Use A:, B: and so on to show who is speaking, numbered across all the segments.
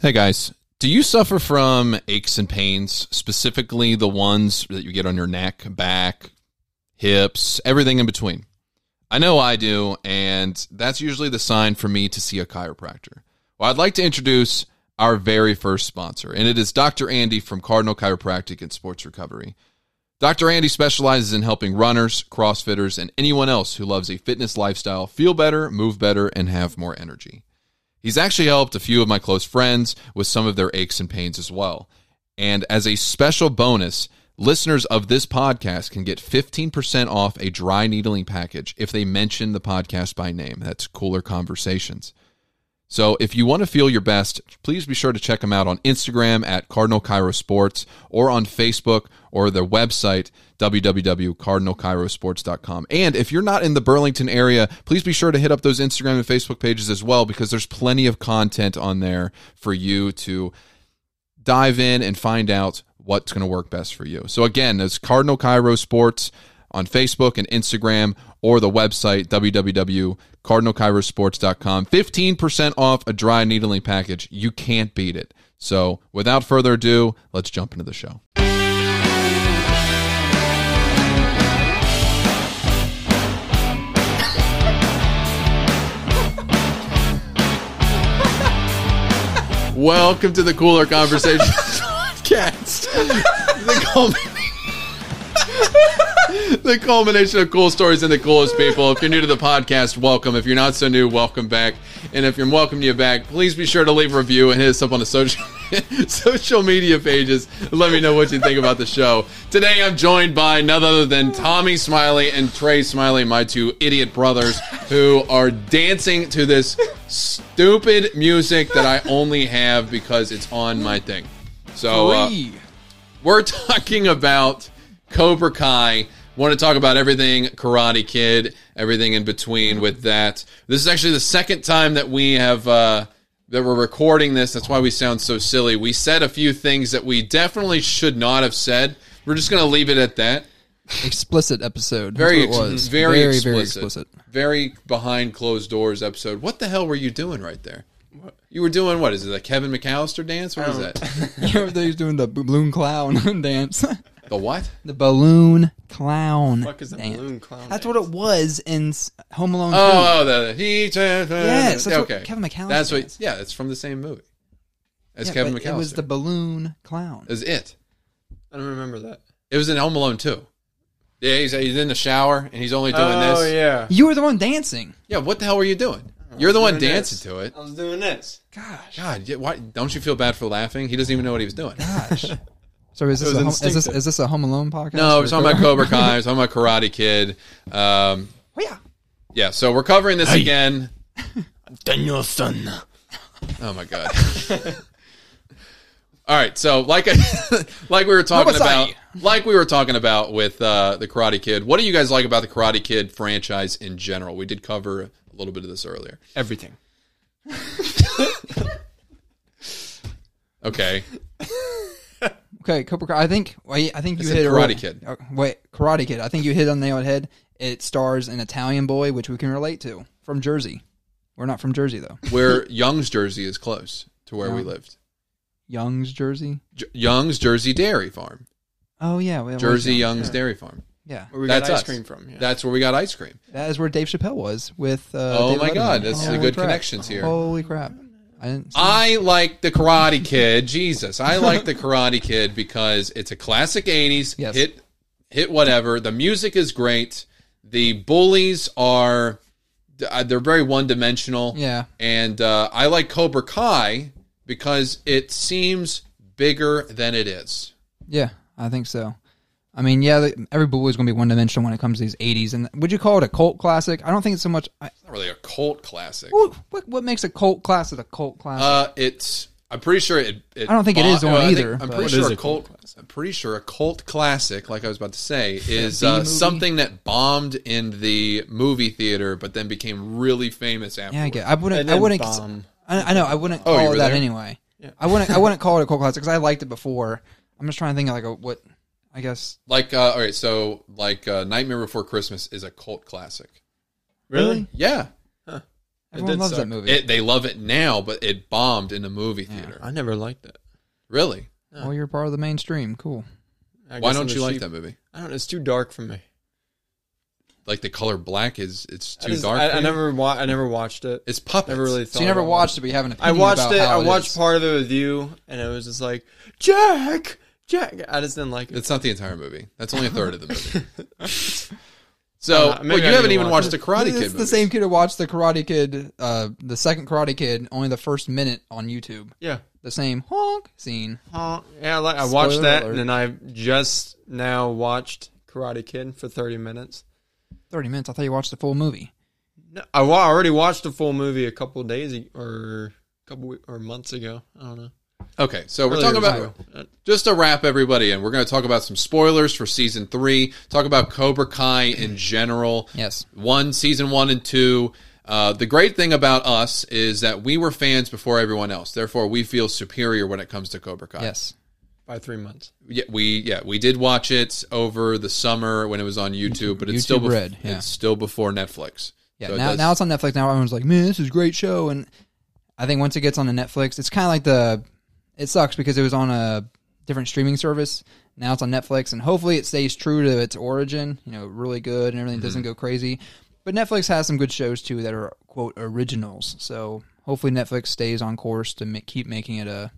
A: Hey guys, do you suffer from aches and pains, specifically the ones that you get on your neck, back, hips, everything in between? I know I do, and that's usually the sign for me to see a chiropractor. Well, I'd like to introduce our very first sponsor, and it is Dr. Andy from Cardinal Chiropractic and Sports Recovery. Dr. Andy specializes in helping runners, CrossFitters, and anyone else who loves a fitness lifestyle feel better, move better, and have more energy. He's actually helped a few of my close friends with some of their aches and pains as well. And as a special bonus, listeners of this podcast can get 15% off a dry needling package if they mention the podcast by name. That's Cooler Conversations. So if you want to feel your best, please be sure to check them out on Instagram at Cardinal Cairo Sports or on Facebook or their website, www.cardinalcairosports.com. And if you're not in the Burlington area, please be sure to hit up those Instagram and Facebook pages as well because there's plenty of content on there for you to dive in and find out what's going to work best for you. So again, it's Cardinal Cairo Sports on Facebook and Instagram or the website www.cardinalcairosports.com. 15% off a dry needling package. You can't beat it. So without further ado, let's jump into the show. Welcome to the Cooler Conversations podcast. The culmin- the culmination of cool stories and the coolest people. If you're new to the podcast, welcome. If you're not so new, welcome back. And if you're welcome you back, please be sure to leave a review and hit us up on the social social media pages. Let me know what you think about the show. Today I'm joined by none other than Tommy Smiley and Trey Smiley, my two idiot brothers, who are dancing to this stupid music that I only have because it's on my thing. So uh,
B: Three.
A: we're talking about Cobra Kai. Want to talk about everything Karate Kid, everything in between with that. This is actually the second time that we have uh, that we're recording this. That's why we sound so silly. We said a few things that we definitely should not have said. We're just going to leave it at that.
B: explicit episode. That's
A: Very,
B: what it
A: ex-
B: was.
A: very,
B: very,
A: explicit.
B: very
A: very
B: explicit.
A: behind closed doors episode. What the hell were you doing right there? You were doing what? Is it the Kevin McAllister dance? What is that?
B: You know, they was doing the balloon clown dance.
A: The what?
B: the balloon clown.
C: fuck is the
B: dance.
C: balloon clown?
B: That's what it was in S- Home Alone.
A: Oh, oh, the, he. Yes,
B: that's what Kevin McCallister
A: That's what.
B: is.
A: Yeah, it's from the same movie. As
B: 2. Yeah,
A: Kevin
B: but
A: McAllister.
B: It was the balloon clown.
A: Is it?
C: I don't remember that.
A: It was in Home Alone too. Yeah, he's, he's in the shower and he's only doing
C: oh
A: this. Yeah.
C: yeah,
B: You were the one dancing.
A: what the hell were you doing? You're the one
C: doing
A: dancing
C: this.
A: to it.
C: I was doing this.
B: Gosh.
A: God, yeah, why don't you feel bad for laughing? He doesn't even know what he was doing.
B: Gosh. So is this,
C: was
B: a home, is this
C: instinctive.
B: is this a Home Alone podcast?
A: No,
B: or
A: we're talking about Cobra Kai. We're talking about Karate Kid. Um,
B: Oh, yeah.
A: yeah, so we're covering this again.
C: Daniel son.
A: Oh my god. All right, so like I, like we were talking
B: Nobasai.
A: about, like we were talking about with uh, the Karate Kid. What do you guys like about the Karate Kid franchise in general? We did cover a little bit of this earlier.
C: Everything.
A: Okay,
B: Okay, Cobra Kai. I think. Wait, I think you
A: said
B: hit it
A: Karate
B: right-
A: Kid.
B: Oh, Wait, Karate Kid. I think you hit on the nail on the head. It stars an Italian boy, which we can relate to from Jersey. We're not from Jersey though.
A: where Young's Jersey is close to where we
B: Yeah.
A: lived.
B: Young's Jersey.
A: J- Young's Jersey Dairy Farm,
B: Oh yeah, we- we-
A: Jersey Young's
C: yeah.
A: Dairy Farm.
B: Yeah,
C: Where we
A: That's
C: got ice
A: us.
C: cream from. Yeah.
A: That's where we got ice cream.
B: that is where Dave Chappelle was with. Uh,
A: oh
B: David
A: my
B: Letterman.
A: God, that's the
B: Holy
A: good
B: crap.
A: connections here.
B: Holy crap! I didn't.
A: I like the Karate Kid. Jesus, I like the Karate Kid because it's a classic '80s
B: Yes.
A: hit. Hit whatever. The music is great. The bullies are uh, they're very one dimensional.
B: yeah,
A: And uh, I like Cobra Kai because it seems bigger than it is.
B: yeah, I think so. I mean, yeah, the, every boy's gonna be one dimensional when it comes to these '80s. And would you call it a cult classic? I don't think it's so much. I,
A: It's not really a cult classic.
B: ooh, what what makes a cult classic a cult classic?
A: Uh, it's. I'm pretty sure it. it
B: I don't think it is one
A: I think-
B: either,
A: I'm
B: but-
A: pretty
B: What
A: sure
C: is
A: a
C: a
A: cult.
C: cult
A: I'm pretty sure a cult classic, like I was about to say, is
B: B
A: uh,
B: movie?
A: something that bombed in the movie theater, but then became really famous after.
B: yeah, I get. I wouldn't.
C: And
B: I
C: then
B: wouldn't.
C: bomb.
B: I, I know. I wouldn't
A: Oh, you
B: call
A: were
B: it that
A: there?
B: anyway. I wouldn't. I wouldn't call it a cult classic because I liked it before. I'm just trying to think of like a what. I guess.
A: Like, uh, all right, so like uh, Nightmare Before Christmas is a cult classic.
C: Really?
A: Yeah,
B: Everyone
C: did
B: loves that
C: suck.
B: movie.
A: It, they love it now, but it bombed in a movie theater.
C: I never liked it.
A: Really?
B: well, Oh, you're part of the mainstream. Cool.
A: Why
C: I guess I'm
A: don't
C: the
A: you like
C: sheep.
A: that movie?
C: I don't. know. It's too dark for me.
A: Like the color black is it's
C: I
A: too
C: just-
A: dark.
C: I,
A: for
C: I
A: you?
C: never. Wa- I never watched it.
A: It's puppets.
C: never really.
B: So
C: Thought
B: you never
C: about
B: watched it, but you have an
C: I
B: opinion
C: watched
B: about
C: it.
B: how
C: I
B: is.
C: watched part of it with you, and it was just like Jack, Jack. I just didn't like it.
A: It's not the entire movie. That's only a third of the movie. so well,
C: Uh, maybe
A: you
C: I need
A: haven't
C: to
A: even
C: watch
A: watched the
C: it.
A: Karate Kid.
B: It's the
A: movies.
B: same kid who watched the Karate Kid, uh, the second Karate Kid, only the first minute on YouTube.
C: Yeah.
B: The same honk scene.
C: Uh, yeah, I, like, I watched
B: Spoiler
C: that,
B: alert.
C: and then I just now watched Karate Kid for thirty minutes.
B: Thirty minutes. I thought you watched the full movie.
C: No, I wa- already watched the full movie a couple days ag- or couple we- or months ago. I don't know.
A: Okay, so we're talking
C: Earlier this
A: about just to wrap everybody in. We're going to talk about some spoilers for season three. Talk about Cobra Kai in general.
B: Yes.
A: one season one and two. Uh, the great thing about us is that we were fans before everyone else. Therefore, we feel superior when it comes to Cobra Kai.
B: Yes.
C: By three months.
A: yeah, we yeah we did watch it over the summer when it was on YouTube, but it's
B: YouTube
A: still bef-
B: Red, yeah.
A: it's still before Netflix.
B: Yeah.
A: So it
B: now,
A: does-
B: now it's on Netflix. Now everyone's like, "Man, this is a great show." And I think once it gets on the Netflix, it's kind of like the. It sucks because it was on a different streaming service. Now it's on Netflix, and hopefully it stays true to its origin. You know, really good and everything
A: Mm-hmm.
B: doesn't go crazy. But Netflix has some good shows too that are quote originals. So hopefully Netflix stays on course to ma- keep making it a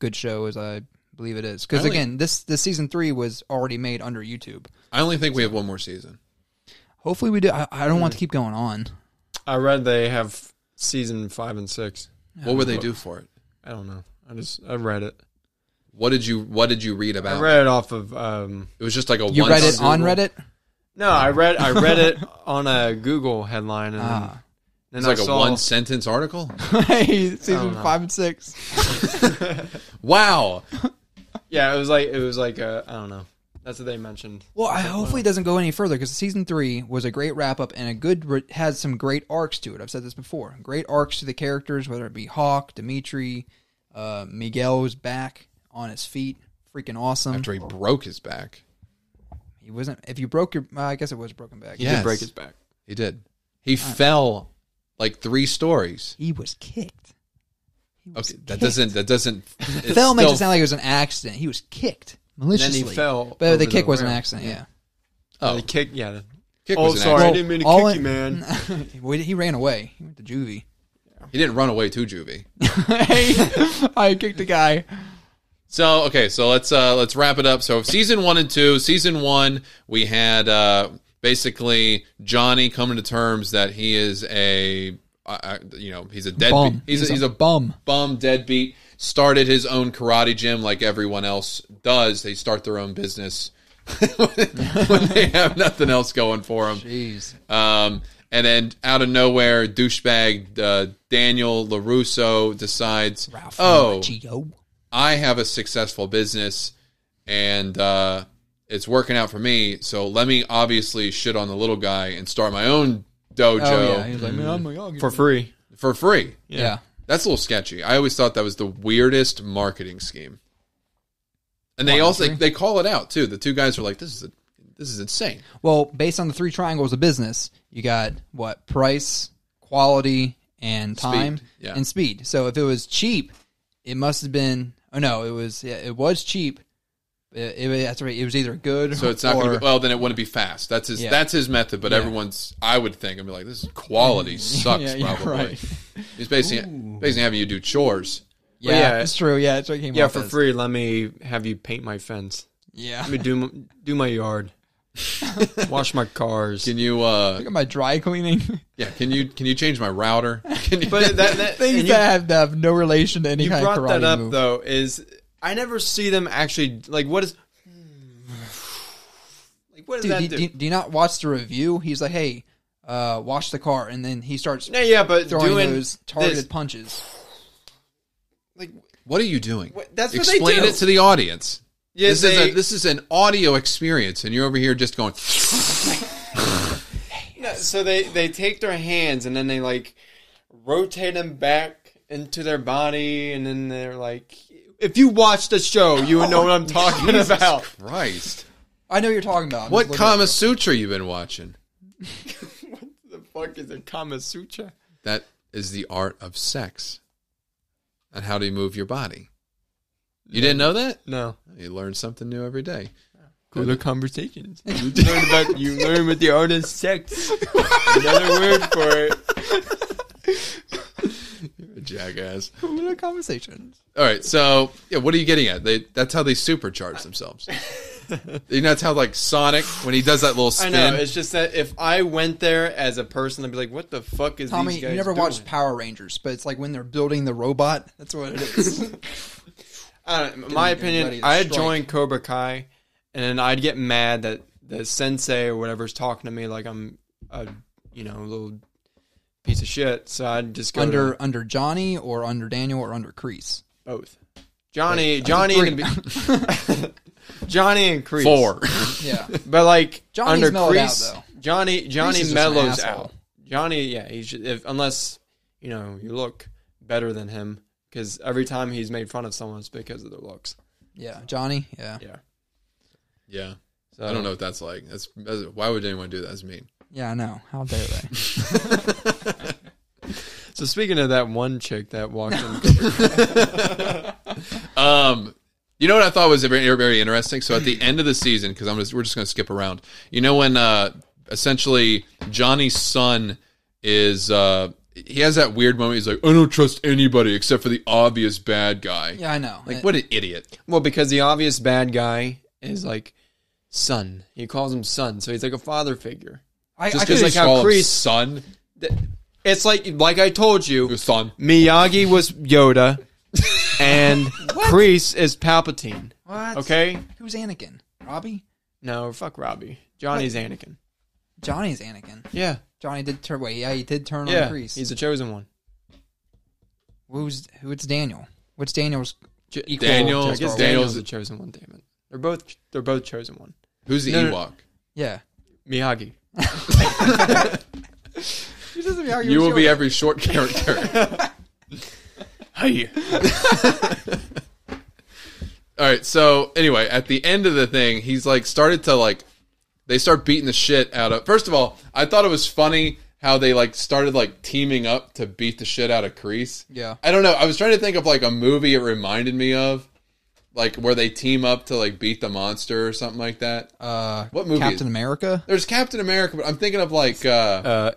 B: good show as I believe it is.
A: I
B: Because
A: only-
B: again, this this season three was already made under YouTube.
A: I only think we have one more season.
B: Hopefully we do. I, I don't want
A: Mm.
B: to keep going on.
C: I read they have season five and six.
A: What would they do for it?
C: I don't know. I just I read it.
A: What did you What did you read about?
C: I read it off of um.
A: it was just like a
B: You
A: one
B: read it on
A: Google-
B: Reddit.
C: No, I read I read it on a Google headline and then-
B: Ah.
C: then,
A: It's
C: I
A: like a
C: saw,
A: one sentence article.
B: hey,
C: don't
B: season
C: know.
B: five and six.
A: Wow,
C: Yeah, it was like it was like a I don't know. That's what they mentioned.
B: Well, I, hopefully it doesn't go any further because season three was a great wrap up and a good re- has some great arcs to it. I've said this before. Great arcs to the characters, whether it be Hawk, Dimitri, uh, Miguel was back on his feet, freaking awesome.
A: after he broke his back,
B: he wasn't. If you broke your, well, I guess it was broken back.
A: Yeah. Yes.
C: Did break his back.
A: he did. He fell like three stories.
B: he was kicked. He was
A: Okay, that
B: kicked.
A: doesn't that doesn't it's
B: Fell makes it
A: still-
B: sound like it was an accident. He was kicked
C: then
B: maliciously.
C: he fell.
B: but
C: over
B: the kick was an
C: rail.
B: accident. Yeah.
A: oh,
C: The kick, yeah. the-
A: kick
C: oh,
A: was an
C: sorry, I
A: accident.
C: didn't mean to
B: all in-
C: kick you, man.
B: Well, he ran away. He went to juvie.
A: He didn't run away to juvie.
B: hey, I kicked a guy.
A: So okay, so let's uh let's wrap it up. So season one and two. Season one, we had uh basically Johnny coming to terms that he is a uh, uh, you know he's a deadbeat.
B: Bum.
A: He's, a, he's a bum.
B: bum.
A: deadbeat. Started his own karate gym like everyone else does. They start their own business when they have nothing else going for them.
B: Jeez.
A: Um, and then out of nowhere, douchebag uh, Daniel Larusso decides,
B: Ralph.
A: "Oh,
B: Gio.
A: I have a successful business, and uh, it's working out for me. So let me obviously shit on the little guy and start my own dojo
B: Oh yeah. He was like, man, I'm like, I'll get
C: For
B: it."
C: free.
A: for free."
B: yeah.
A: That's a little sketchy. I always thought that was the weirdest marketing scheme. And they
B: Why,
A: also
B: free?
A: they call it out too. The two guys are like, "This is a, this is insane."
B: Well, based on the three triangles of business, you got what price, quality, and time,
A: Yeah.
B: and speed. So if it was cheap, it must have been. Oh no, it was. Yeah, it was cheap. It, it, was- that's right. It was either good.
A: So it's not going
B: or-
A: to be well. Then it wouldn't be fast. That's his.
B: Yeah.
A: That's his method. But
B: Yeah.
A: everyone's. I would think. I'd be like, this is quality sucks.
B: Yeah, you're
A: probably.
B: right.
A: He's basically basically having you do chores.
B: Yeah,
C: yeah.
B: it's true. Yeah, it's what it came
C: Yeah,
B: off
C: for
B: as.
C: free. Let me have you paint my fence.
B: Yeah.
C: Let me do m- do my yard. Wash my cars.
A: Can you? uh
B: Look at my dry cleaning.
A: Yeah. Can you? Can you change my router? Can you,
C: But that, that
B: Things
C: and you,
B: that have, that have no relation to any
C: you
B: kind
C: brought
B: of karate
C: that up
B: move.
C: though is I never see them actually like what is like what does
B: Dude,
C: that
B: do, do,
C: do?
B: do you not watch the review? He's like, hey, uh, wash the car. And then he starts
C: yeah, yeah, but
B: throwing
C: doing
B: those targeted
C: this,
B: punches.
C: like
A: what are you doing?
C: What- that's what they
A: Explain
C: do.
A: it to the audience.
C: yeah,
A: this
C: they-
A: is a, this is an audio experience, and you're over here just going.
C: No, so they they take their hands and then they like rotate them back into their body, and then they're like, if you watch the show, you would know what I'm
B: Oh,
C: talking about.
A: Christ!
B: I know what you're talking about. I'm
A: What
B: just looking
A: Kama Sutra you been watching?
C: what the fuck is a Kama Sutra?
A: That is the art of sex and how to move your body. You didn't know that?
C: No.
A: You learn something new every day.
C: Cooler conversations. You learn about you learn with the art of sex. Another word for it.
A: You're a jackass.
B: Cooler conversations.
A: All right, so yeah, what are you getting at? They, that's how they supercharge themselves. you know, that's how like Sonic when he does that little
C: I
A: spin.
C: know. It's just that if I went there as a person, I'd be like, "What the fuck is
B: Tommy,
C: these
B: you
C: guys
B: never
C: doing?
B: watched Power Rangers, but it's like when they're building the robot. That's what it is.
C: I don't, my
B: Getting ready
C: opinion,
B: to
C: I'd
B: strike.
C: join Cobra Kai, and then I'd get mad that the sensei or whatever's talking to me like I'm a you know little piece of shit. So I'd just go to
B: under under Johnny or under Daniel or under Crease.
C: both. Johnny,
B: Under
C: Johnny,
B: three.
C: and Johnny and Crease.
A: Four.
B: yeah.
C: but like
B: Johnny's
C: under
B: mellowed
C: Crease,
B: out, though.
C: Johnny Johnny
B: Crease is just an
C: mellows
B: asshole.
C: out. Johnny, yeah, he's ju- if, unless you know you look better than him, because every time he's made fun of someone, it's because of their looks.
B: Yeah. Johnny. Yeah.
C: Yeah,
A: yeah,
C: so
A: I don't know what that's like. That's, that's why would anyone do that? That's mean.
B: Yeah, I know. How dare they?
C: So speaking of that one chick that walked in,
A: Um, you know what I thought was very, very interesting. So at the end of the season, because I'm just, we're just going to skip around. You know when uh, essentially Johnny's son is uh, he has that weird moment. He's like, I don't trust anybody except for the obvious bad guy.
B: Yeah, I know.
A: Like what an idiot.
C: well, because the obvious bad guy is like son. He calls him son, so he's like a father figure.
B: I,
A: Just
B: I could
A: because
C: like
A: like
C: how
A: how
C: Kreese-
A: son,
C: Th- It's like like I told
A: your
C: you,
A: son.
C: Miyagi was Yoda, and Crease is Palpatine.
B: what?
C: Okay,
B: Who's Anakin? Robbie?
C: no, fuck Robbie. Johnny's Anakin.
B: Johnny's Anakin.
C: Yeah,
B: Johnny did turn. Wait, yeah, he did turn
C: yeah,
B: on Crease.
C: he's the chosen one.
B: Who's who? It's Daniel. What's Daniel's?
C: J-
B: Equal
A: Daniel-
C: I
B: Jack
A: Daniel's
C: guess
B: Sparrow?
C: Daniel's
A: the-
C: the chosen one. Damn it, they're both they're both chosen one.
A: Who's the
C: No, no, no.
A: Ewok?
B: Yeah.
C: Miyagi.
A: You will be every short character.
C: Hey,
A: All right. So anyway, at the end of the thing, he's like started to like they start beating the shit out of. First of all, I thought it was funny how they like started like teaming up to beat the shit out of Crease.
B: Yeah.
A: I don't know. I was trying to think of like a movie it reminded me of, like where they team up to like beat the monster or something like that.
B: Uh,
A: What movie
B: Captain
A: is-
B: America.
A: There's Captain America, but I'm thinking of like uh,
C: uh,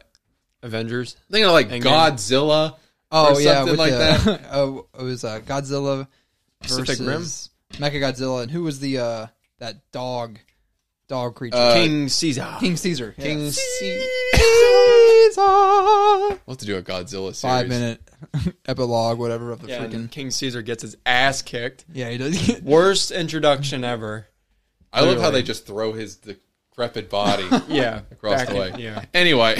C: Avengers.
A: thinking of like
C: Endgame.
A: Godzilla.
B: Oh
A: or
B: yeah,
A: something
B: with
A: like
B: the,
A: that.
B: oh, it was uh, Godzilla
C: Pacific
B: versus Mecha Godzilla, and who was the uh, that dog dog creature?
A: Uh,
C: King Caesar.
B: King Caesar. yeah.
A: King
B: Caesar.
A: We'll have to do a Godzilla series.
B: Five minute epilogue, whatever of the
C: Yeah, and
B: freaking.
C: King Caesar gets his ass kicked.
B: Yeah, he does.
C: Worst introduction ever.
A: I love how
C: Literally.
A: they just throw his decrepit body
C: Yeah,
A: across
C: back
A: the way.
C: in- yeah,
A: Anyway,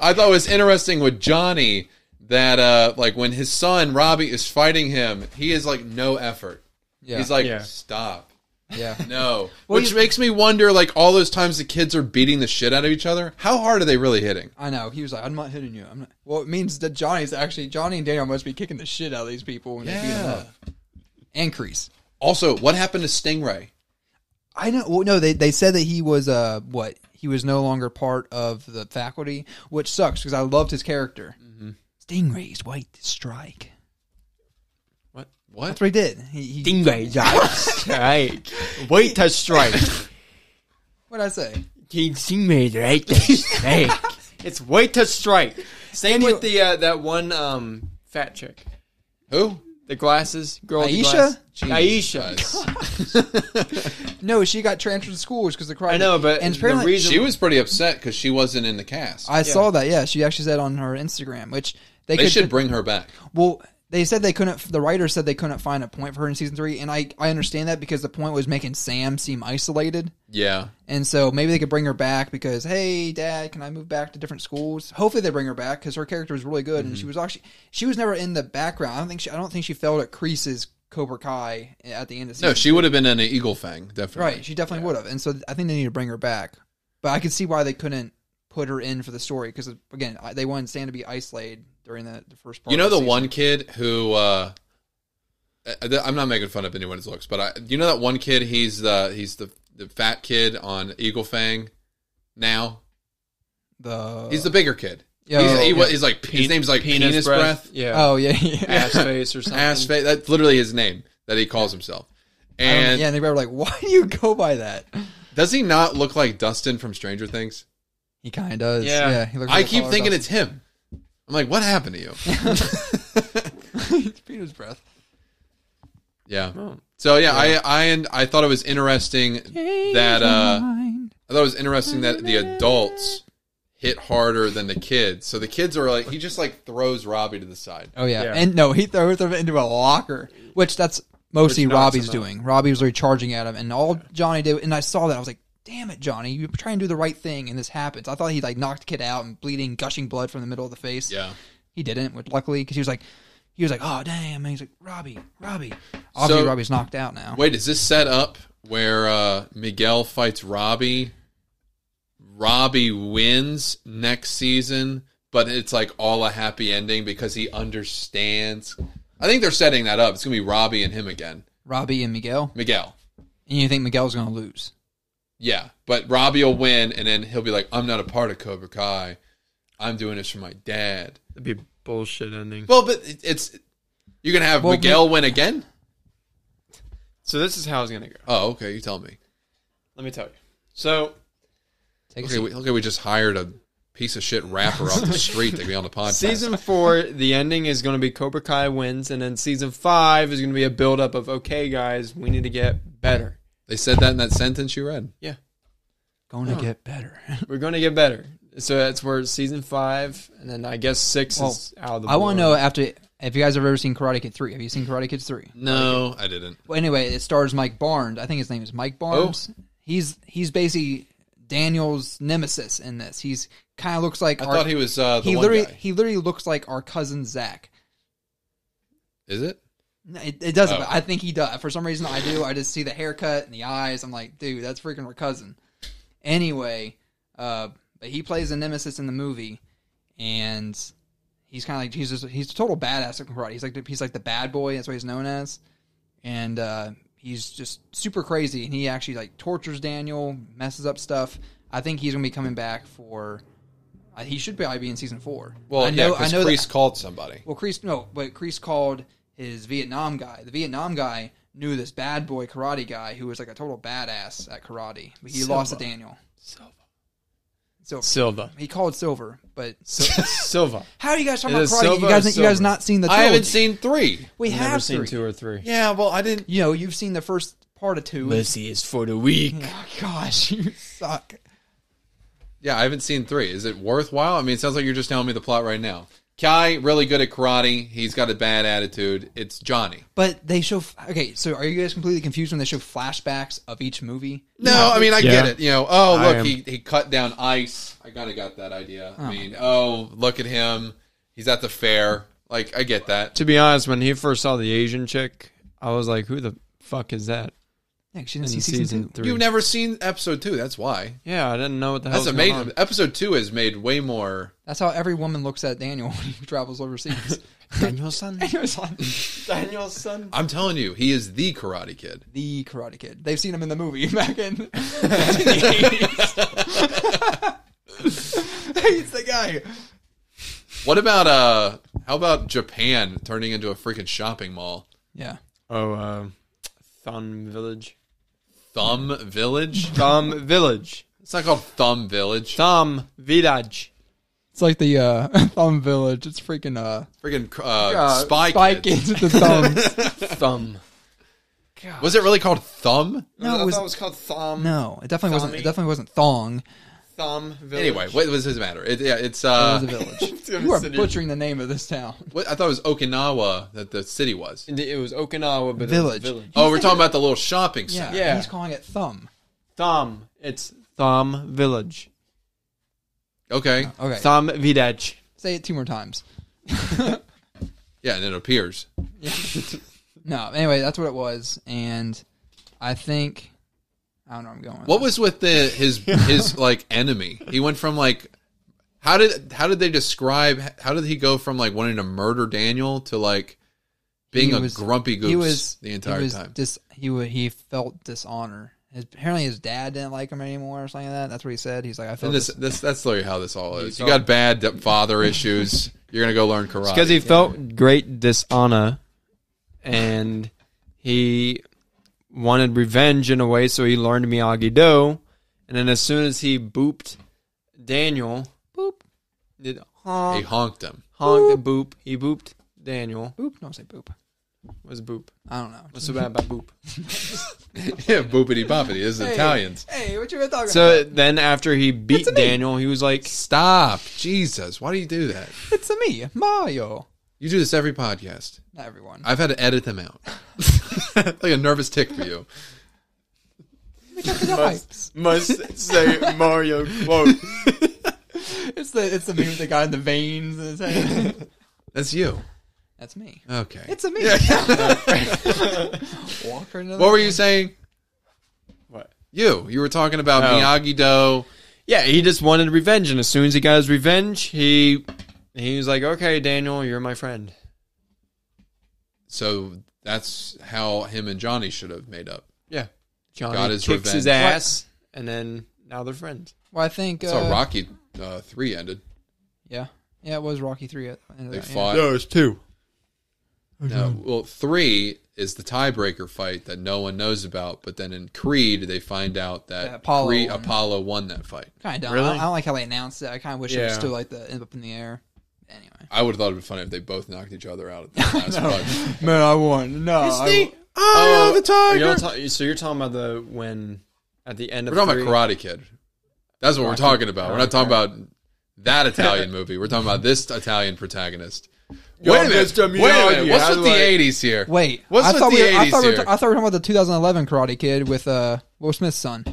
A: I thought it was interesting with Johnny that uh like when his son Robbie is fighting him, he is like no effort.
B: Yeah,
A: He's like
C: Yeah.
A: stop.
B: yeah.
A: No.
B: Well,
A: Which
B: you-
A: makes me wonder like all those times the kids are beating the shit out of each other, how hard are they really hitting?
B: I know. He was like, "I'm not hitting you." I'm not. Well, it means that Johnny's actually Johnny and Daniel must be kicking the shit out of these people when they beat them
A: Yeah.
B: up. And Crease.
A: Also, what happened to Stingray?
B: I know. Well, no, they they said that he was uh what he was no longer part of the faculty, which sucks because I loved his character.
C: Mm-hmm.
B: Stingrays, white strike.
A: What?
B: That's what he did. He, he
C: Stingray strike. Wait to strike.
B: what did I say?
C: King Stingray right to strike. It's wait to strike. Same with the uh, that one um fat chick,
A: Who?
C: the glasses girl. with the
B: Aisha?
C: glass-
A: Jesus
C: Aisha.
A: Christ.
B: No, she got transferred to schools because the crowd.
C: I know, but
B: and
C: the
B: apparently,
C: reason-
A: She was pretty upset because she wasn't in the cast.
B: I saw that. Yeah, she actually said on her Instagram, which they,
A: they
B: could
A: should bring her back.
B: Well, they said they couldn't. The writer said they couldn't find a point for her in season three, and I I understand that because the point was making Sam seem isolated,
A: Yeah.
B: and so maybe they could bring her back because hey, Dad, can I move back to different schools? Hopefully they bring her back because her character was really good, and
A: Mm-hmm.
B: she was actually she was never in the background. I don't think she I don't think she failed at Crease's Cobra Kai at the end of season.
A: No, she would have been in an Eagle Fang, definitely.
B: right, she definitely would have, and so I think they need to bring her back. But I could see why they couldn't put her in for the story because again, I- they wanted Sam to be isolated during the, the first part.
A: You know
B: of
A: the
B: season.
A: one kid who uh, I- I- I'm not making fun of anyone's looks, but I, you know that one kid. He's the he's the, the fat kid on Eagle Fang. Now
B: the Uh,
A: he's the bigger kid.
B: Yo,
A: he's, he, wa- he's like his name's like penis, breath,
C: Yeah.
B: oh yeah, yeah.
C: Ass face or something.
A: ass face. That's literally his name that he calls himself.
B: I don't-
A: And
B: yeah, and they were like, "Why do you go by that?"
A: does he not look like Dustin from Stranger Things?
B: He kind of does.
C: Yeah.
B: Yeah, he looks
A: I
B: like a
A: keep
B: collar
A: thinking
B: dog.
A: it's him. I'm like, what happened to you?
B: it's Peter's breath.
A: Yeah.
C: Oh.
A: So yeah, I I and I thought it was interesting that uh I thought it was interesting that the adults hit harder than the kids. So the kids are like he just like throws Robbie to the side.
B: Oh yeah.
C: Yeah.
B: and no, he throws him into a locker, which that's mostly
C: Which knocks
B: Robbie's
C: him out.
B: doing. Robbie was recharging at him, and all Johnny did, and I saw that I was like, "Damn it, Johnny, you try and do the right thing, and this happens." I thought he like knocked the kid out and bleeding, gushing blood from the middle of the face.
A: Yeah.
B: he didn't, which luckily because he was like, he was like, "Oh damn," and he's like, "Robbie, Robbie." Obviously,
A: So-
B: Robbie's knocked out now.
A: Wait, is this set up where uh Miguel fights Robbie? Robbie wins next season, but it's like all a happy ending because he understands. I think they're setting that up. It's going to be Robbie and him again.
B: Robbie and Miguel,
A: Miguel.
B: and you think Miguel's going to lose?
A: Yeah, but Robbie will win, and then he'll be like, "I'm not a part of Cobra Kai. I'm doing this for my dad."
C: That'd be a bullshit ending.
A: Well, but it- it's you're gonna have
B: Well,
A: Miguel win again.
C: So this is how it's gonna go.
A: Oh, okay. You tell me.
C: Let me tell you. So
B: Take a
A: Okay,
B: seat.
A: we, okay. We just hired a piece of shit rapper off the street to be on the podcast.
C: season four, the ending is gonna be Cobra Kai wins, and then season five is gonna be a buildup of okay, guys, we need to get better.
A: They said that in that sentence you read.
C: Yeah,
B: going to get better.
C: we're gonna get better. So that's where season five, and then I guess six
B: Well,
C: is out of the.
B: I want to
C: blue.
B: know after if you guys have ever seen Karate Kid three. Have you seen Karate Kids three?
A: No, I didn't.
B: Well, anyway, it stars Mike Barnes. I think his name is Mike
A: Oh.
B: Barnes. He's he's basically Daniel's nemesis in this. He's kind of looks like
A: I
B: our,
A: thought he was uh, the
B: he
A: one
B: literally
A: guy.
B: he literally looks like our cousin Zach.
A: Is it?
B: No, It, it doesn't.
A: Oh.
B: But I think he does. For some reason, I do. I just see the haircut and the eyes. I'm like, dude, that's freaking her cousin. Anyway, uh, but he plays a nemesis in the movie, and he's kind of like he's just, he's a total badass at karate. He's like the, he's like the bad boy. That's what he's known as, and uh, he's just super crazy. And he actually like tortures Daniel, messes up stuff. I think he's gonna be coming back for. Uh, he should probably be in season four.
A: Well,
B: I know.
A: yeah,
B: I know. that-
A: Chris called somebody.
B: well, Kreese, no, but Kreese called his Vietnam guy. The Vietnam guy knew this bad boy karate guy who was like a total badass at karate. But he lost to
C: Silva.
B: Daniel.
C: Silva.
B: So
C: Silva.
B: he called Silver, but
C: Sil- Silva.
B: how are you guys talking
C: It
B: about
C: is
B: karate?
C: Silva
B: you guys,
C: or
B: you guys
C: Silver?
B: not seen the?
A: I
B: Trilogy.
A: haven't seen three.
B: We
C: I've
B: have
C: never seen
B: three.
C: two or three.
A: Yeah, well, I didn't.
B: You know, you've seen the first part of two.
C: Mercy is for the weak.
B: Oh, gosh, you suck.
A: Yeah, I haven't seen three. Is it worthwhile? I mean, it sounds like you're just telling me the plot right now. Kai really good at karate. He's got a bad attitude. It's Johnny.
B: But they show. Okay, so are you guys completely confused when they show flashbacks of each movie?
A: No, I mean I
C: Yeah.
A: get it. You know, oh
C: I
A: look,
C: am-
A: he, he cut down ice. I kind of got that idea. I mean, oh look at him. He's at the fair. Like I get that.
C: To be honest, when he first saw the Asian chick, I was like, "Who the fuck is that?"
B: Yeah, 'cause she didn't
C: In
B: see
C: season,
B: season, two.
C: three,
A: You've never seen episode two. That's why.
C: yeah, I didn't know what the hell.
A: That's
C: was going
A: amazing. Episode two is made way more.
B: That's how every woman looks at Daniel when he travels overseas.
C: on. Daniel's son.
B: he was on
C: Daniel's son.
A: I'm telling you, he is the Karate Kid.
B: the Karate Kid. They've seen him in the movie back in the 80s. He's the guy.
A: What about uh? How about Japan turning into a freaking shopping mall?
B: Yeah.
C: Oh, uh, Thumb Village.
A: Thumb Village.
C: Thumb Village.
A: It's not called Thumb Village.
C: Thumb Village.
B: It's like the uh, Thumb Village. It's freaking uh,
A: Freaking uh,
B: uh
A: Spy, Kids.
B: Kids with the thumbs.
C: Thumb.
A: Was it really called Thumb?
B: No, it was-
C: called Thumb.
B: no, it definitely wasn't. It
C: Thummy.
B: definitely wasn't thong.
C: Thumb Village.
A: Anyway, what does this matter? It, yeah, it's
B: It
A: uh,
B: was a village.
C: gonna
B: you are
C: sit here.
B: butchering the name of this town.
A: what, I thought it was Okinawa that the city was.
C: it was Okinawa, but
B: Village.
C: It was village.
A: Oh, we're talking about the little shopping
B: Yeah,
A: center.
C: Yeah.
B: he's calling it thumb.
C: Thumb. It's Thumb Village.
A: Okay,
B: Okay,
C: Thumb Village.
B: say it two more times.
A: yeah, and it appears.
B: No, anyway, that's what it was, and I think I don't know. where I'm going. with
A: What was with the his his like enemy? He went from like how did how did they describe how did he go from like wanting to murder Daniel to like being
B: He
A: a
B: was-
A: grumpy goose
B: he was
A: the entire
B: he was
A: time?
B: Dis, he wa he felt dishonor. His, apparently, his dad didn't like him anymore or something like that. That's what he said. He's like, I felt
A: And
B: this,
A: this, this, that's literally how this all is. You
C: You
A: got bad d- father issues. You're gonna go learn karate.
C: because he felt great dishonor, and he wanted revenge in a way. So he learned Miyagi Do, and then as soon as he booped Daniel, boop, did
A: he
C: honk,
A: honked him.
C: honk, boop. He booped Daniel.
B: boop. Don't say boop.
C: Was boop.
B: I don't know.
C: What's so bad about boop?
A: yeah, boopity boppity. This is Italians.
B: Hey, what you been talking about?
C: So then after he beat Daniel, he was like,
A: Stop, Jesus! Why do you do that?
B: It's a me, Mario.
A: You do this every podcast.
B: Not everyone.
A: I've had to edit them out. like a nervous tick for you.
B: we talked about hypes.
C: must say Mario quote.
B: It's the it's the meme with the guy in the veins. in his head.
A: That's you.
B: That's me.
A: Okay.
B: It's a me. Walker.
A: what were you saying?
C: What?
A: You. You were talking about
C: Oh.
A: Miyagi Do.
C: Yeah, he just wanted revenge, and as soon as he got his revenge, he he was like, "Okay, Daniel, you're my friend."
A: So that's how him and Johnny should have made up.
C: Yeah, Johnny
A: Got his
C: kicks his
A: revenge.
C: ass, and then now they're friends.
B: Well, I think
A: That's
B: uh,
A: how Rocky uh, three ended.
B: Yeah, yeah, it was Rocky three. At the end of
A: They
B: that, yeah.
A: fought.
C: it's two.
A: No, well, three is the tiebreaker fight that no one knows about. But then in Creed, they find out that
B: Yeah, Apollo
A: Creed-
B: won.
A: Apollo won that fight.
B: Kind of.
C: Really?
B: I, don't, I don't like how they announced it. I kind of wish it was
C: Yeah.
B: still like the up in the air. Anyway.
A: I would have thought it'd been funny if they both knocked each other out at the last fight.
B: Man, I won. No,
A: Oh, the
C: are
A: tiger!
C: y'all ta- so you're talking about the when at the end of
A: We're talking
C: three-
A: about Karate Kid. That's what we're talking about. We're not talking about that Italian movie. We're talking about this Italian protagonist. Wait a minute.
C: Mr.
A: Wait a minute.
C: Miyagi,
A: What's
C: how
A: with
C: do
A: the
C: I-
A: '80s here?
B: Wait,
A: What's
B: I
A: with
B: thought
A: the
B: we, I thought, we were
A: here?
B: ta- I thought we were talking about the 2011 Karate Kid with uh, Will Smith's son.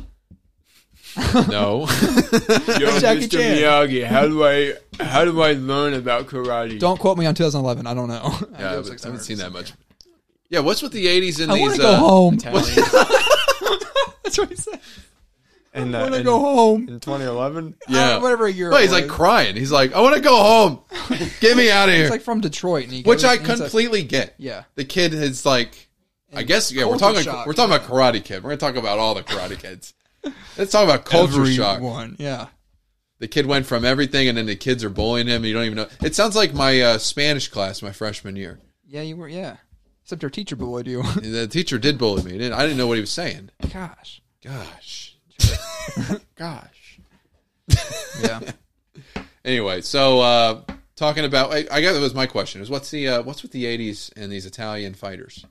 A: No.
C: Yo,
B: Jackie Chan.
C: Miyagi, how do I how do I learn about karate?
B: Don't quote me on 2011. I don't know. I
A: Yeah, I
B: do have
A: haven't-
B: six
A: I haven't
B: hours.
A: seen that much. Yeah, what's with the '80s in
B: I want
A: these?
B: to go
A: uh,
B: home.
C: Italian.
B: That's what he said.
C: and, uh,
B: I want to
C: in-
B: go home.
C: in 2011.
A: Yeah,
B: Uh, whatever year.
A: Well,
B: it
A: he's like
B: was.
A: crying. He's like, "I want to go home. Get me out of here,"
B: It's like from Detroit, and he
A: which
B: goes-
A: I
B: and it's like-
A: completely get.
B: Yeah.
A: the kid is like, I guess. Yeah, we're talking.
B: culture shock,
A: we're talking about Karate Kid. We're gonna talk about all the Karate Kids. Let's talk about culture shock.
B: Everyone, Yeah.
A: The kid went from everything, and then the kids are bullying him. And you don't even know. It sounds like my uh, Spanish class my freshman year.
B: Yeah, you were. Yeah. Except your teacher bullied you.
A: The teacher did bully me. Didn't, I didn't know what he was saying.
B: Gosh.
A: Gosh.
C: Gosh.
B: Yeah.
A: Anyway, so uh, talking about, I, I guess that was my question: is what's the uh, what's with the '80s and these Italian fighters?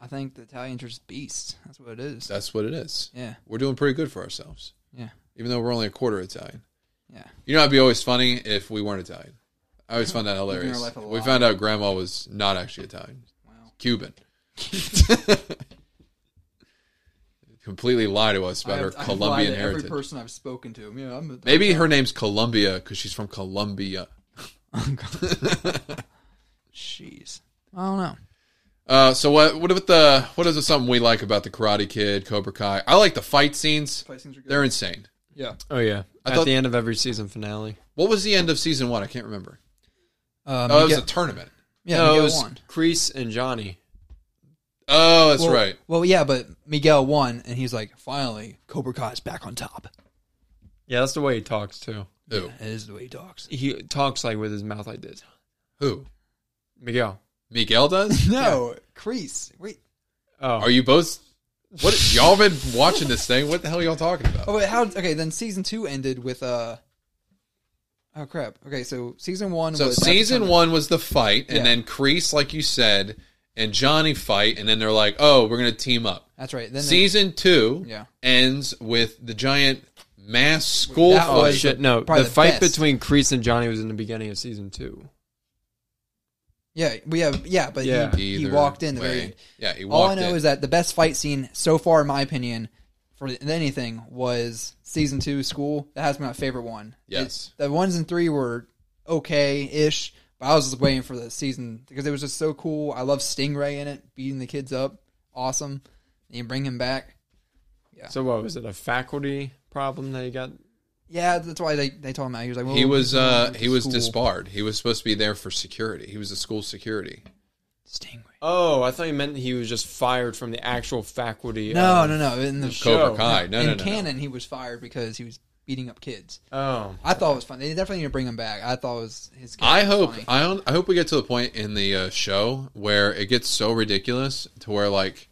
B: I think the Italians are just beasts. That's what it is.
A: That's what it is.
B: Yeah.
A: We're doing pretty good for ourselves,
B: Yeah.
A: even though we're only a quarter Italian.
B: Yeah.
A: You know, it'd be always funny if we weren't Italian. I always found that hilarious.
B: life a
A: We
B: lie.
A: found out Grandma was not actually Italian,
B: Wow.
A: Cuban. Completely lie to us about her
B: I've- I've lied
A: Colombian
B: to
A: heritage.
B: Every person I've spoken to, yeah, I'm a,
A: Maybe her name's Columbia because she's from Colombia.
B: Jeez, I don't know.
A: Uh, so what? What about the? What is it, something we like about the Karate Kid, Cobra Kai? I like the fight scenes.
B: Fight scenes are good.
A: They're insane.
B: Yeah.
C: Oh yeah.
A: I
C: At
A: thought-
C: the end of every season finale.
A: What was the end of season one? I can't remember.
B: Um,
A: Oh, it
B: oh,
A: was a tournament.
B: yeah,
C: No, it
B: Miguel
C: was
B: won.
C: Crease and Johnny.
A: Oh, that's
B: well,
A: right.
B: Well, yeah, but Miguel won, and he's like, finally, Cobra Kai's back on top.
C: Yeah, that's the way he talks too.
A: Who?
B: That is the way he talks.
C: He talks like with his mouth like this.
A: Who?
C: Miguel.
A: Miguel does?
B: No, Crease. Wait.
C: Oh,
A: Are you both? What y'all been watching this thing? What the hell y'all talking about?
B: Oh, wait, how? Okay, then season two ended with uh. Oh crap. Okay, so season one.
A: So
B: was
A: season one was the fight, and
B: Yeah.
A: then Crease, like you said, and Johnny fight, and then they're like, "Oh, we're gonna team up."
B: That's right. Then they-
A: Season two
B: Yeah.
A: ends with the giant mass school
B: That
A: fight.
C: oh
B: was-
C: shit! No,
B: probably
C: the,
B: the
C: fight
B: best.
C: between Crease and Johnny was in the beginning of season two.
B: yeah, we have yeah, but
C: Yeah.
B: he, he
A: Either
B: walked in the
A: way.
B: very end.
A: Yeah, he walked
B: All I know
A: in.
B: is that the best fight scene so far, in my opinion, for anything was season two school. That has been my favorite one.
A: Yes.
B: It- the ones and three were okay ish, but I was just waiting for the season because it was just so cool. I love Stingray in it, beating the kids up. Awesome. And you bring him back.
C: So what was it? A faculty problem that he got?
B: Yeah, that's why they, they told him that. He was like, well,
A: he was
B: we're
A: uh
B: going to
A: he was
B: school.
A: disbarred. He was supposed to be there for security. He was the school security.
B: Stingray.
C: Oh, I thought you meant he was just fired from the actual faculty.
B: No,
C: of-
B: no, no. In the
A: Cobra
C: Show.
A: Kai. Uh, No,
B: in
A: no, no, no.
B: canon, he was fired because he was beating up kids.
C: Oh,
B: I thought it was funny. They definitely need to bring him back. I thought it was his. character
A: I
B: was
A: hope
B: funny.
A: I, don't- I hope we get to the point in the uh, show where it gets so ridiculous to where like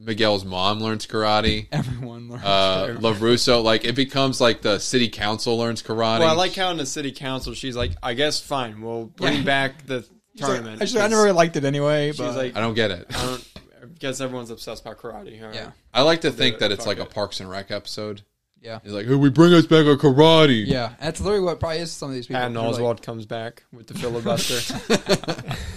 A: Miguel's mom learns karate,
B: everyone learns.
A: uh, Larusso like it becomes like the city council learns karate.
C: well, I like how in the city council she's like, I guess fine, we'll bring
B: Yeah.
C: back the
B: She's like,
C: tournament.
B: I, just- I never really liked it anyway.
C: She's
B: but-
C: like,
A: I don't get it.
C: I don't. I guess everyone's obsessed by karate. Huh?
B: yeah,
A: I like to think
C: it.
A: that it's
C: Fuck
A: like a
C: it.
A: Parks and Rec episode.
B: yeah,
A: It's like, hey, we bring us back our karate.
B: yeah. That's literally what probably is some of these people.
C: Patton
B: They're like,
C: Oswald comes back with the filibuster.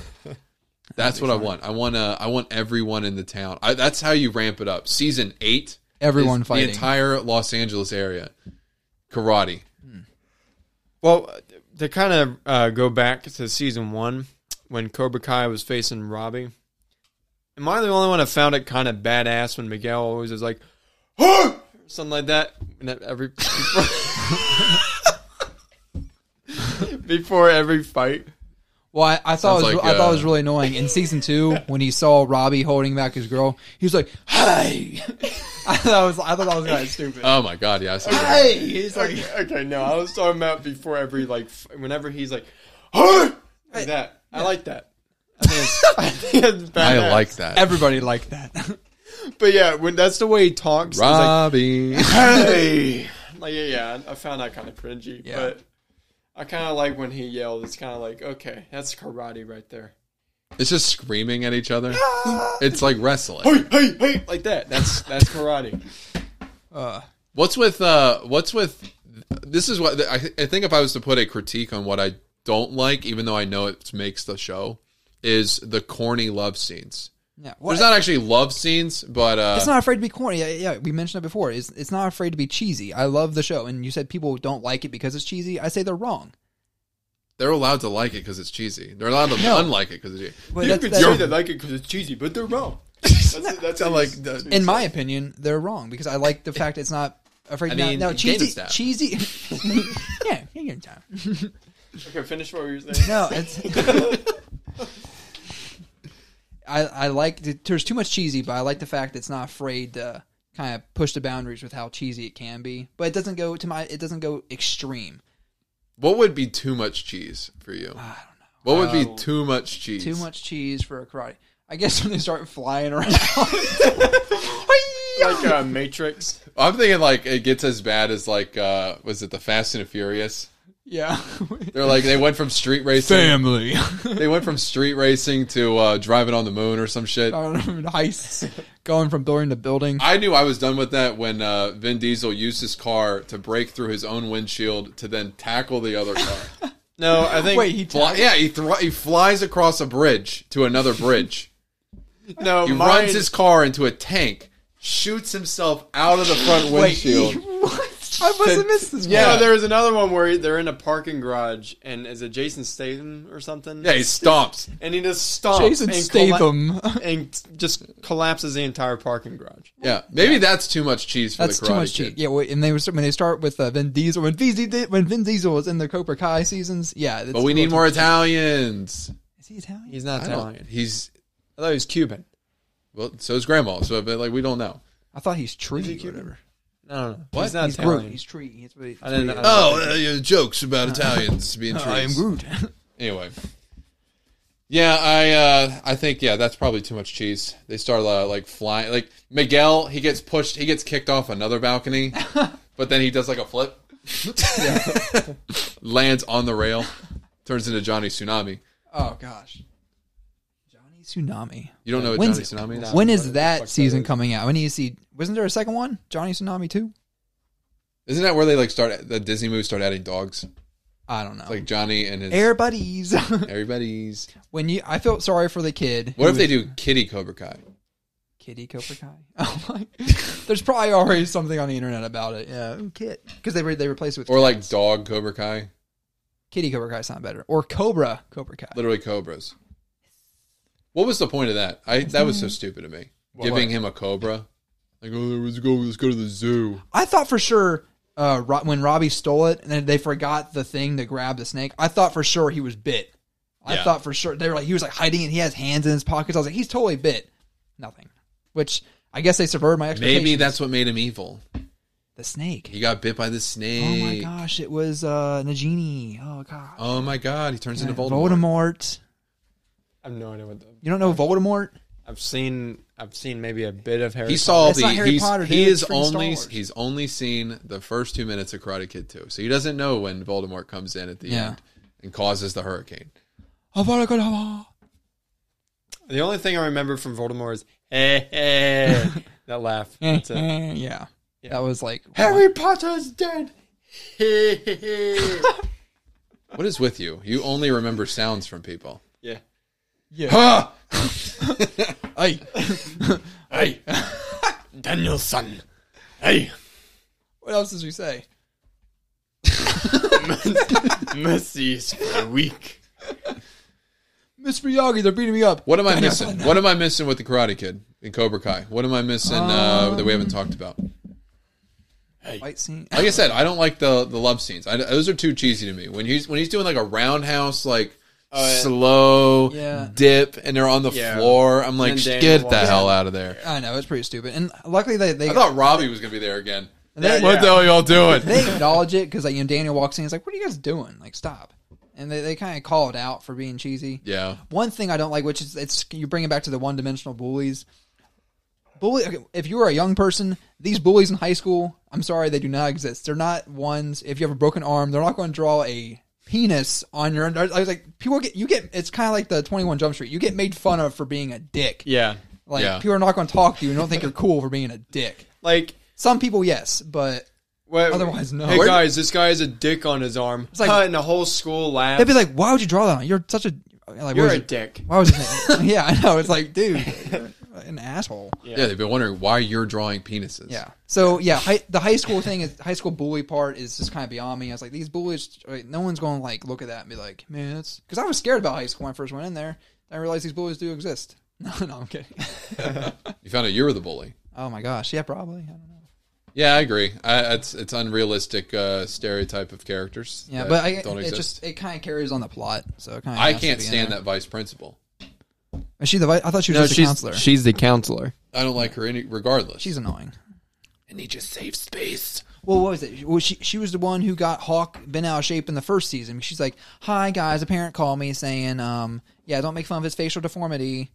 A: That's what I want. I want uh, I want everyone in the town. I, that's how you ramp it up. Season eight,
B: everyone
A: is
B: fighting.
A: the entire Los Angeles area, karate.
C: well, to kind of uh, go back to season one when Cobra Kai was facing Robbie. Am I the only one that found it kind of badass when Miguel always is like, "Huh!" or something like that? And that every before every fight.
B: well, I, I thought it was,
A: Sounds like,
B: I thought it
A: uh,
B: was really annoying in season two when he saw Robbie holding back his girl. He was like, "Hey," I thought I was I thought that was kind of stupid.
A: Oh my god, yeah. I saw that.
B: hey, he's like,
C: Okay, okay, no, I was talking about before every like f- whenever he's like, "Huh!" like that. I like that. I think it's, I think it's badass.
A: I like that.
B: everybody liked that.
C: But yeah, when that's the way he talks, it's like,
A: Robbie.
C: hey. Like yeah, yeah, I I found that kind of cringy,
B: Yeah.
C: but I kind of like when he yelled. It's kind of like, okay, that's karate right there.
A: it's just screaming at each other. It's like wrestling.
C: Hey, hey, hey, like that. That's that's karate.
B: Uh,
A: What's with uh? What's with? This is what I, I think. If I was to put a critique on what I don't like, even though I know it makes the show, is the corny love scenes.
B: yeah,
A: There's not actually love scenes, but uh,
B: It's not afraid to be corny. Yeah, yeah, we mentioned it before. It's it's not afraid to be cheesy. I love the show, and you said people don't like it because it's cheesy. I say they're wrong.
A: they're allowed to like it because it's cheesy. They're allowed to
B: No.
A: unlike it because it's cheesy.
B: But
C: you
B: that's,
C: could
B: that's-
C: say they like it because it's cheesy, but they're wrong. That's, that's how
A: like
C: you-
A: the-
B: in my opinion, they're wrong because I like the fact it's not afraid.
A: I
B: to be
A: mean,
B: no
A: you gave us
B: cheesy,
A: that.
B: cheesy. yeah, you get time.
C: Okay, finish what you were saying.
B: No, it's. I I like the, there's too much cheesy, but I like the fact it's not afraid to kind of push the boundaries with how cheesy it can be. But it doesn't go to my it doesn't go extreme.
A: What would be too much cheese for you?
B: I don't know. Uh,
A: What would be
C: Oh.
A: too much cheese?
B: Too much cheese for a karate. I guess when they start flying around.
C: like uh, Matrix.
A: I'm thinking like it gets as bad as like uh was it the Fast and the Furious?
B: yeah.
A: They're like they went from street racing.
B: Family.
A: They went from street racing to uh driving on the moon or some shit.
B: heists going from building to building.
A: I knew I was done with that when uh, Vin Diesel used his car to break through his own windshield to then tackle the other car.
C: No, I think
B: Wait, he
A: Fly, yeah, he thr he flies across a bridge to another bridge.
C: no.
A: He
C: mine,
A: runs his car into a tank, shoots himself out of the front windshield.
B: what? I must have missed this.
C: Yeah,
A: Yeah.
C: there was another one where they're in a parking garage, and is it Jason Statham or something?
A: Yeah, he stomps.
C: and he just stomps
B: one. Jason
C: Oh, and colla-
B: Statham.
C: and just collapses the entire parking garage.
A: Yeah, maybe that's too much cheese for
B: That's
A: the karate
B: too much
A: kid.
B: cheat. Yeah, wait, and they were when they start with uh, Vin Diesel when Vin Diesel when Vin Diesel was in the Cobra Kai seasons. Yeah,
A: But we need more Italians.
B: Is he Italian?
C: He's not
A: I don't-
C: Italian.
A: He's
C: I thought he was Cuban.
A: well, so is grandma. So but like we don't know.
B: I thought he's tree. or
C: Cuban?
B: whatever.
C: No, no, no.
A: What?
C: He's not
B: He's
C: Italian.
B: Groot. He's tree. He's really,
C: I didn't. I
A: Oh, uh, yeah, jokes about Italians being trees.
B: I am Groot.
A: Anyway. Yeah, I uh, I think yeah, that's probably too much cheese. They start uh, like flying. Like Miguel, he gets pushed. He gets kicked off another balcony, but then he does like a flip, lands on the rail, turns into Johnny Tsunami.
B: oh gosh, Johnny Tsunami.
A: You don't know what
B: When's
A: Johnny Tsunami is?
C: No.
B: When
C: What
B: is
C: the fuck
B: that
C: that
B: season
C: is.
B: coming out? When do you see? Wasn't there a second one? Johnny Tsunami two?
A: Isn't that where they like start the Disney movies start adding dogs?
B: I don't know.
A: Like Johnny and his
B: Air buddies.
A: everybody's.
B: when you, I felt sorry for the kid.
A: What
B: who
A: if they
B: was-
A: do Kitty Cobra Kai?
B: Kitty Cobra Kai? Oh my! There's probably already something on the internet about it. Yeah, ooh, kid. Because they re- they replaced it with
A: Or like dog Cobra Kai?
B: Kitty Cobra Kai sound better, or Cobra Cobra Kai.
A: Literally cobras. What was the point of that? I that was so
B: Mm-hmm.
A: stupid to me. Giving him a cobra. Like, oh, let's go let's go to the zoo.
B: I thought for sure uh, Ro- when Robbie stole it and then they forgot the thing to grab the snake. I thought for sure he was bit. I
A: Yeah.
B: thought for sure they were like he was like hiding and he has hands in his pockets. I was like he's totally bit. Nothing. Which I guess they subverted my expectations.
A: Maybe that's what made him evil.
B: the snake.
A: He got bit by the
B: Oh my
A: snake.
B: gosh, it was uh Nagini. Oh god.
A: Oh my god, he turns into Voldemort.
B: Voldemort.
C: I have no idea what the.
B: You don't know Voldemort?
C: I've seen. I've seen maybe a bit of Harry.
A: He saw
B: That's
A: the
B: not Harry
A: he's,
B: Potter,
A: he
B: dude.
A: is
B: It's freaking Star
A: only
B: Wars.
A: he's only seen the first two minutes of Karate Kid 2. So he doesn't know when Voldemort comes in at the
B: Yeah.
A: end and causes the hurricane.
C: Potter. The only thing I remember from Voldemort is hey, hey that laugh. That's it.
B: Eh, yeah. That was like
C: Potter's dead. Hey, hey, hey.
A: What is with you? You only remember sounds from people.
C: yeah.
A: Ah!
B: Hey.
C: Hey, Danielson. Hey,
B: What else did we say?
C: mercy is for weak.
B: Miss Miyagi, they're beating me up.
A: What am I missing? What am I missing with the Karate Kid and Cobra Kai? What am I missing uh, that we
B: Um,
A: haven't talked about?
B: Fight scene.
A: Like I said, I don't like the the love scenes. I, those are too cheesy to me. When he's when he's doing like a roundhouse like
C: Oh, yeah.
A: slow
B: Yeah.
A: dip and they're on the
C: Yeah.
A: floor, I'm like,
C: And then
A: get the
C: walks
A: hell out of there.
B: I know, it's pretty stupid. And luckily they they,
A: I thought Robbie was gonna be there again.
B: they,
C: Yeah, yeah.
A: What the hell are y'all doing?
B: they acknowledge it because like you know Daniel walks in, he's like, "What are you guys doing? Like, stop!" And they, they kind of call it out for being cheesy.
A: yeah,
B: One thing I don't like, which is it's you bring it back to the one dimensional bullies. Bully, okay, if you are a young person, these bullies in high school, I'm sorry, they do not exist. They're not ones. If you have a broken arm, they're not going to draw a penis on your. I was like, people get you get. It's kind of like the 21 Jump Street. You get made fun of for being a dick.
C: Yeah,
B: Like
A: Yeah.
B: people are not going to talk to you and don't think you're cool for being a dick.
C: like
B: Some people, yes, but
C: what,
B: Otherwise, no.
C: Hey
B: Where-
C: guys, this guy has a dick on his arm. It's
B: like-
C: like and the whole school laughs.
B: they'd be like, "Why would you draw that? on? You're such a like,
C: "You're
B: where's
C: a
B: your-
C: dick."
B: Why was his name? yeah, I know. It's like, dude, you're an asshole.
A: yeah, They've been wondering why you're drawing penises.
B: Yeah. So yeah, hi, the high school thing is high school bully part is just kind of beyond me. I was like, these bullies, like, no one's going to like look at that and be like, man, that's because I was scared about high school when I first went in there. I realized these bullies do exist. No, no, I'm kidding.
A: you found out you were the bully.
B: oh my gosh, yeah, probably. I don't know.
A: Yeah, I agree. I, it's it's unrealistic uh, stereotype of characters.
B: Yeah,
A: that
B: but I,
A: don't
B: it
A: exist.
B: just it kind of carries on the plot. So it kind of
A: I can't stand that vice principal.
B: Is she the? vi- I thought she was just a counselor.
C: she's the counselor.
A: I don't like her any regardless.
B: she's annoying.
A: I need your safe space.
B: Well, what was it? Well, she she was the one who got Hawk bent out of shape in the first season. She's like, "Hi guys, a parent called me saying, um, yeah, don't make fun of his facial deformity."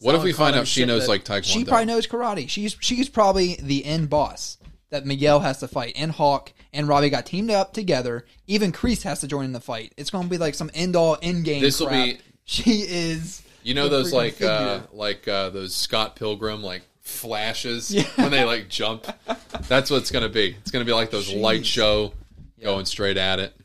A: What if we
C: Someone
A: find
C: called him
A: out she
C: shit
A: knows
C: that-
A: like Taekwondo?
B: She probably knows karate. She's she's probably the end boss that Miguel has to fight, and Hawk and Robbie got teamed up together. Even Kreese has to join in the fight. It's going to be like some end all end game.
A: This will
B: crap.
A: be-
B: She is.
A: You know
B: the
A: those
B: freaking
A: like
B: figure.
A: uh, like uh, those Scott Pilgrim like flashes when they like jump. That's what it's gonna be. It's gonna be like those light show going straight at it.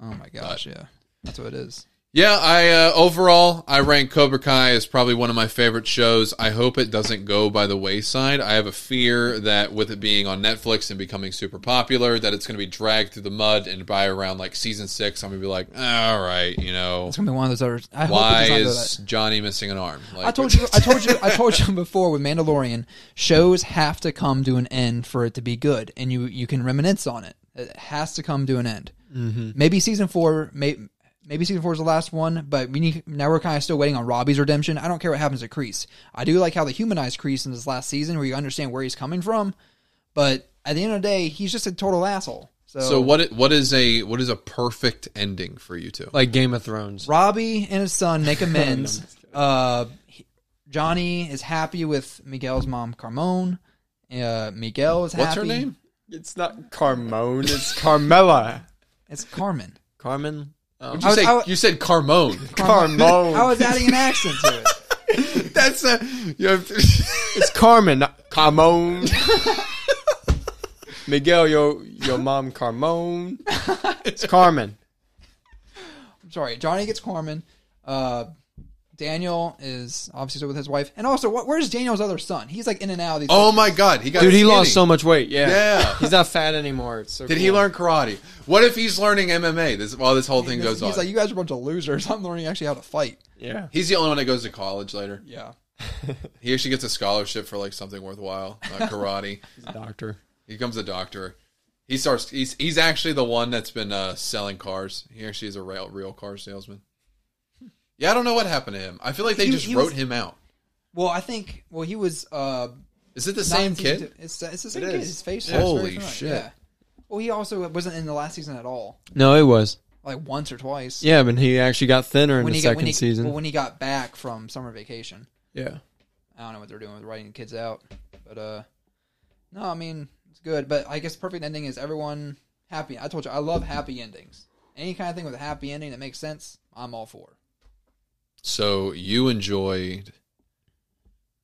B: Oh my gosh! Yeah, that's what it is.
A: Yeah, I uh, overall I rank Cobra Kai as probably one of my favorite shows. I hope it doesn't go by the wayside. I have a fear that with it being on Netflix and becoming super popular, that it's going to be dragged through the mud. And by around like season six, I'm going to be like, all right, you know,
B: It's going to be one of those other. I
A: why
B: hope it does not go that-
A: is Johnny missing an arm? Like,
B: I told you, I told you, I told you before with Mandalorian, shows have to come to an end for it to be good, and you you can reminisce on it. It has to come to an end. Mm-hmm. Maybe season four, may, maybe season four is the last one, but we need now we're kind of still waiting on Robbie's redemption. I don't care what happens to Crease. I do like how they humanized Crease in this last season, where you understand where he's coming from. But at the end of the day, he's just a total asshole. So,
A: So what i- what is a what is a perfect ending for you two?
C: Like Game of Thrones.
B: Robbie and his son make amends. uh, he- Johnny is happy with Miguel's mom, Carmone. Uh, Miguel is happy.
A: What's her name?
C: It's not Carmone. It's Carmela.
B: It's Carmen.
C: Carmen. Oh.
A: Did you
B: was-
A: say
B: Um, I was-
A: you said Carmone?
C: Carmone.
B: I was adding an accent to it.
A: That's a you have
C: It's Carmen. not Carmone. Miguel, your your mom Carmone. It's Carmen.
B: I'm sorry. Johnny gets Carmen. Uh, Daniel is obviously still with his wife. And also, what, where's Daniel's other son? He's like in and out of these.
A: oh my god, he got
C: Dude, he
A: skinny.
C: lost so much weight. Yeah.
A: Yeah.
C: He's not fat anymore. It's so
A: Did he
C: cool.
A: learn karate? What if he's learning MMA? This while this whole thing
B: he's,
A: goes
B: he's
A: on.
B: like, you guys are a bunch of losers. I'm learning actually how to fight.
C: Yeah.
A: he's the only one that goes to college later.
B: Yeah.
A: He actually gets a scholarship for like something worthwhile, not karate.
C: He's a doctor.
A: he becomes a doctor. He starts. He's he's actually the one that's been uh, selling cars. He actually is a real real car salesman. Yeah, I don't know what happened to him. I feel like they
B: He-
A: just
B: he
A: wrote
B: was-
A: him out.
B: Well, I think. Well, he was. uh
A: Is it the same
B: 19
A: kid?
B: It's, the- it's the same
C: It
B: kid.
C: is.
B: His face.
A: Yeah.
B: looks very
A: Holy
B: familiar,
A: shit.
B: yeah. Well, he also wasn't in the last season at all.
C: No, it was.
B: Like once or twice.
C: Yeah, but he actually got thinner in
B: When
C: the
B: he got,
C: second
B: when he,
C: season.
B: Well, when he got back from summer vacation.
C: yeah.
B: I don't know what they're doing with writing kids out, but uh, no, I mean it's good. But I guess perfect ending is everyone happy. I told you I love happy endings. Any kind of thing with a happy ending that makes sense, I'm all for.
A: So you enjoyed.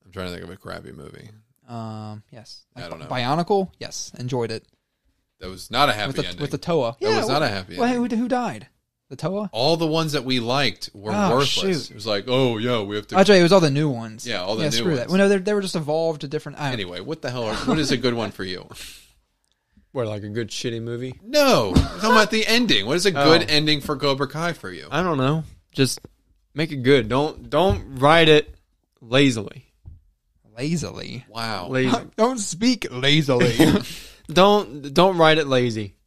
A: I'm trying to think of a crappy movie
B: Um, yes,
A: I don't know.
B: Bionicle, yes, enjoyed it
A: that was not a happy
B: with the
A: ending.
B: with the Toa.
A: that was not a happy
B: well,
A: ending.
B: who, who died? The Toa.
A: all the ones that we liked were
B: Oh,
A: worthless.
B: shoot.
A: It was like, oh yeah, we have to.
B: I tell you, it was all the new ones.
A: Yeah, all the new
B: screw
A: ones.
B: That. Well, no, they they were just evolved to different. I don't-
A: Anyway, what the hell? Are, what is a good one for you?
C: What, like a good shitty movie?
A: No, I'm talking about the ending. What is a good
C: Oh.
A: ending for Cobra Kai for you?
C: I don't know. Just make it good. Don't don't write it lazily.
B: lazily.
A: Wow.
C: Lazy.
B: don't speak lazily.
C: don't don't write it lazy.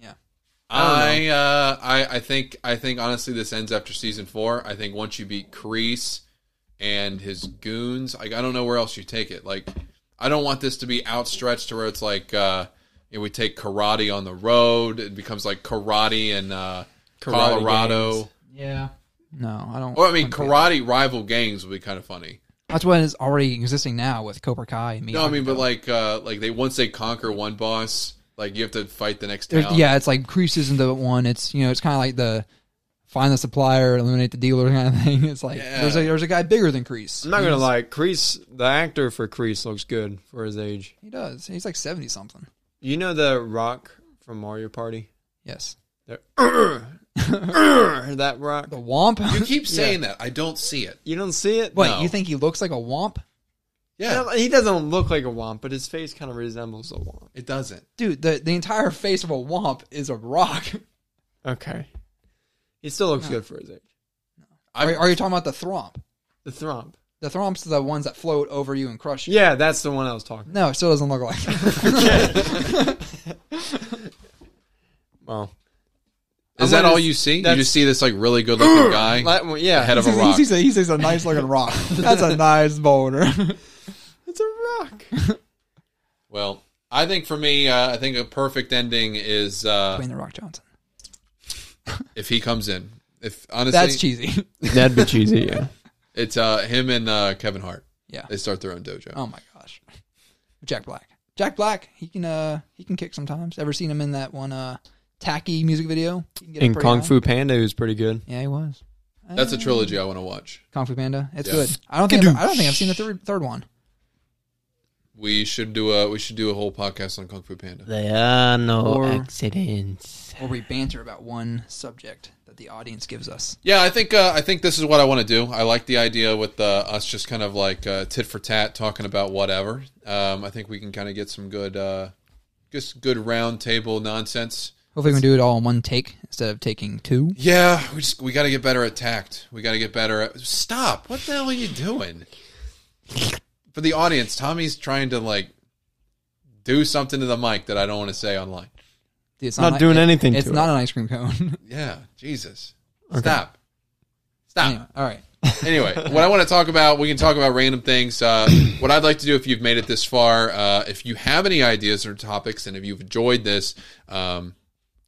B: yeah.
A: I,
C: I
A: uh, I I think I think honestly this ends after season four. I think once you beat Crease and his goons, like I don't know where else you take it. Like I don't want this to be outstretched to where it's like uh, you know, we take karate on the road. It becomes like karate in uh,
C: Karate
A: Colorado,
C: gangs.
B: Yeah. No, I don't.
A: or I mean
B: wouldn't be-
A: karate rival gangs would be kind of funny.
B: That's what is already existing now with Cobra Kai. And
A: No, I mean but like uh, like they once they conquer one boss, like you have to fight the next
B: There's-
A: town.
B: yeah, it's like Crease isn't the one. It's you know, it's kind of like the find the supplier, eliminate the dealer kind of thing. It's like
A: Yeah.
B: there's a there's a guy bigger than Crease.
C: I'm not gonna lie. Crease, the actor for Crease, looks good for his age.
B: He does. He's like seventy something.
C: You know the Rock from Mario Party.
B: Yes,
C: The, that Rock.
B: the Womp.
A: You keep saying that. I don't see it.
C: You don't see it.
B: Wait,
A: No.
B: you think he looks like a Womp,
A: Yeah,
C: No, he doesn't look like a womp, but his face kind of resembles a womp.
A: it doesn't.
B: dude? The the entire face of a Womp is a rock.
C: Okay. He still looks good for his age.
A: I,
B: Are, are you talking about the Thromp?
C: The Thromp.
B: The Thromps are the ones that float over you and crush you.
C: Yeah, that's the one I was talking
B: No, it still doesn't look like.
C: Well,
A: Is
C: I'm
A: that
C: gonna-
A: all you see? You
C: that's-
A: just see this like really good looking guy,
C: that one- yeah.
A: the head of a
B: He's-
A: rock.
B: He's, a, he's a nice looking rock. That's a nice boulder.
C: It's a rock.
A: Well, I think for me, uh, I think a perfect ending is uh,
B: Dwayne the Rock Johnson.
A: if he comes in. If honestly,
B: That's cheesy.
C: That'd be cheesy, yeah.
A: it's uh, him and uh, Kevin Hart.
B: Yeah.
A: They start their own dojo.
B: Oh my gosh. Jack Black. Jack Black. He can uh he can kick sometimes. Ever seen him in that one uh tacky music video? He can get up
C: And
B: pretty
C: Kung
B: high.
C: Fu Panda was pretty good.
B: Yeah, he was.
A: That's a trilogy I want to watch.
B: Kung Fu Panda. It's
A: Yeah.
B: good. I don't think I've, I don't think I've seen the third third one.
A: We should do a we should do a whole podcast on Kung Fu Panda.
D: There are no
B: Or-
D: accidents.
B: Where we banter about one subject that the audience gives us.
A: Yeah, I think uh, I think this is what I want to do. I like the idea with uh, us just kind of like uh, tit for tat talking about whatever. Um, I think we can kind of get some good, uh, just good round table nonsense.
B: Hopefully we can do it all in one take instead of taking two.
A: Yeah, we just we got to get better at tact. We got to get better at stop. What the hell are you doing? For the audience, Tommy's trying to like do something to the mic that I don't want to say online.
B: Dude, it's
C: Not
B: an-
C: doing
B: it-
C: anything
B: It's
C: to
B: not an ice cream cone.
A: Yeah, Jesus, stop, stop.
B: Anyway, all right.
A: anyway, what I want to talk about, we can talk about random things. Uh, what I'd like to do, if you've made it this far, uh, if you have any ideas or topics, and if you've enjoyed this, um,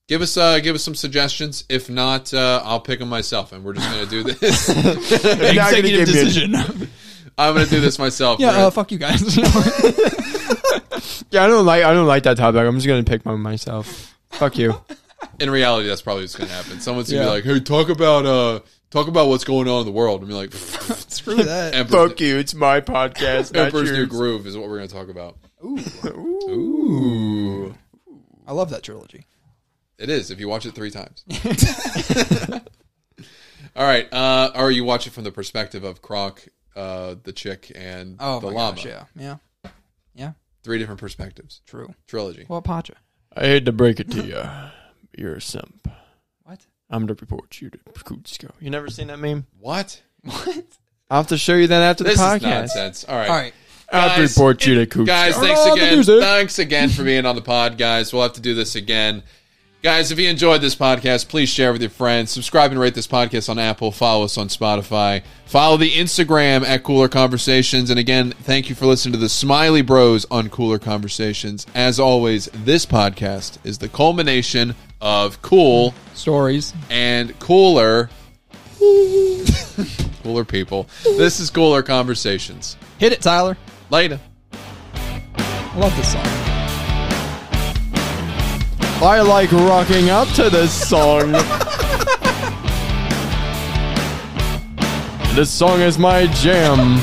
A: give us uh, give us some suggestions. If not, uh, I'll pick them myself, and we're just going to do this.
B: Executive decision.
A: I'm going to do this myself.
B: yeah,
A: We're gonna-
B: uh, fuck you guys.
C: Yeah, I don't like I don't like that topic. I'm just gonna pick one myself. Fuck you.
A: in reality, that's probably what's going to happen. Someone's going to
C: Yeah.
A: be like, "Hey, talk about uh, talk about what's going on in the world," and be like,
B: Screw that.
A: "Emperor's, New-
C: you, it's my podcast.
A: Emperor's New Groove" is what we're going to talk about. Ooh.
B: I love that trilogy.
A: It is if you watch it three times. All right, uh, or you watch it from the perspective of Kronk, uh, the chick, and
B: Oh
A: the
B: my
A: llama.
B: gosh, yeah, yeah, yeah.
A: Three different perspectives.
B: True.
A: Trilogy.
B: Well, Pacha.
C: I hate to break it to you. You're a simp.
B: What?
C: I'm to report you to Kutsko. You never seen that meme?
A: What?
B: What?
C: I'll have to show you that after the
A: This
C: podcast.
A: is nonsense. All right.
B: All right.
C: I'll
A: Guys,
C: report you to Kutsko.
A: Guys, thanks
C: Oh, the
A: again.
C: music.
A: Thanks again for being on the pod, guys. We'll have to do this again. Guys, if you enjoyed this podcast, please share with your friends. Subscribe and rate this podcast on Apple. Follow us on Spotify. Follow the Instagram at Cooler Conversations. And again, thank you for listening to the Smiley Bros on Cooler Conversations. As always, this podcast is the culmination of cool
B: Stories.
A: and cooler, cooler people. This is Cooler Conversations.
B: Hit it, Tyler.
A: Later.
B: I love this song.
C: I like rocking up to this song. this song is my jam.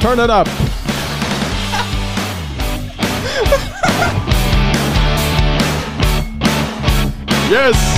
C: Turn it up. yes.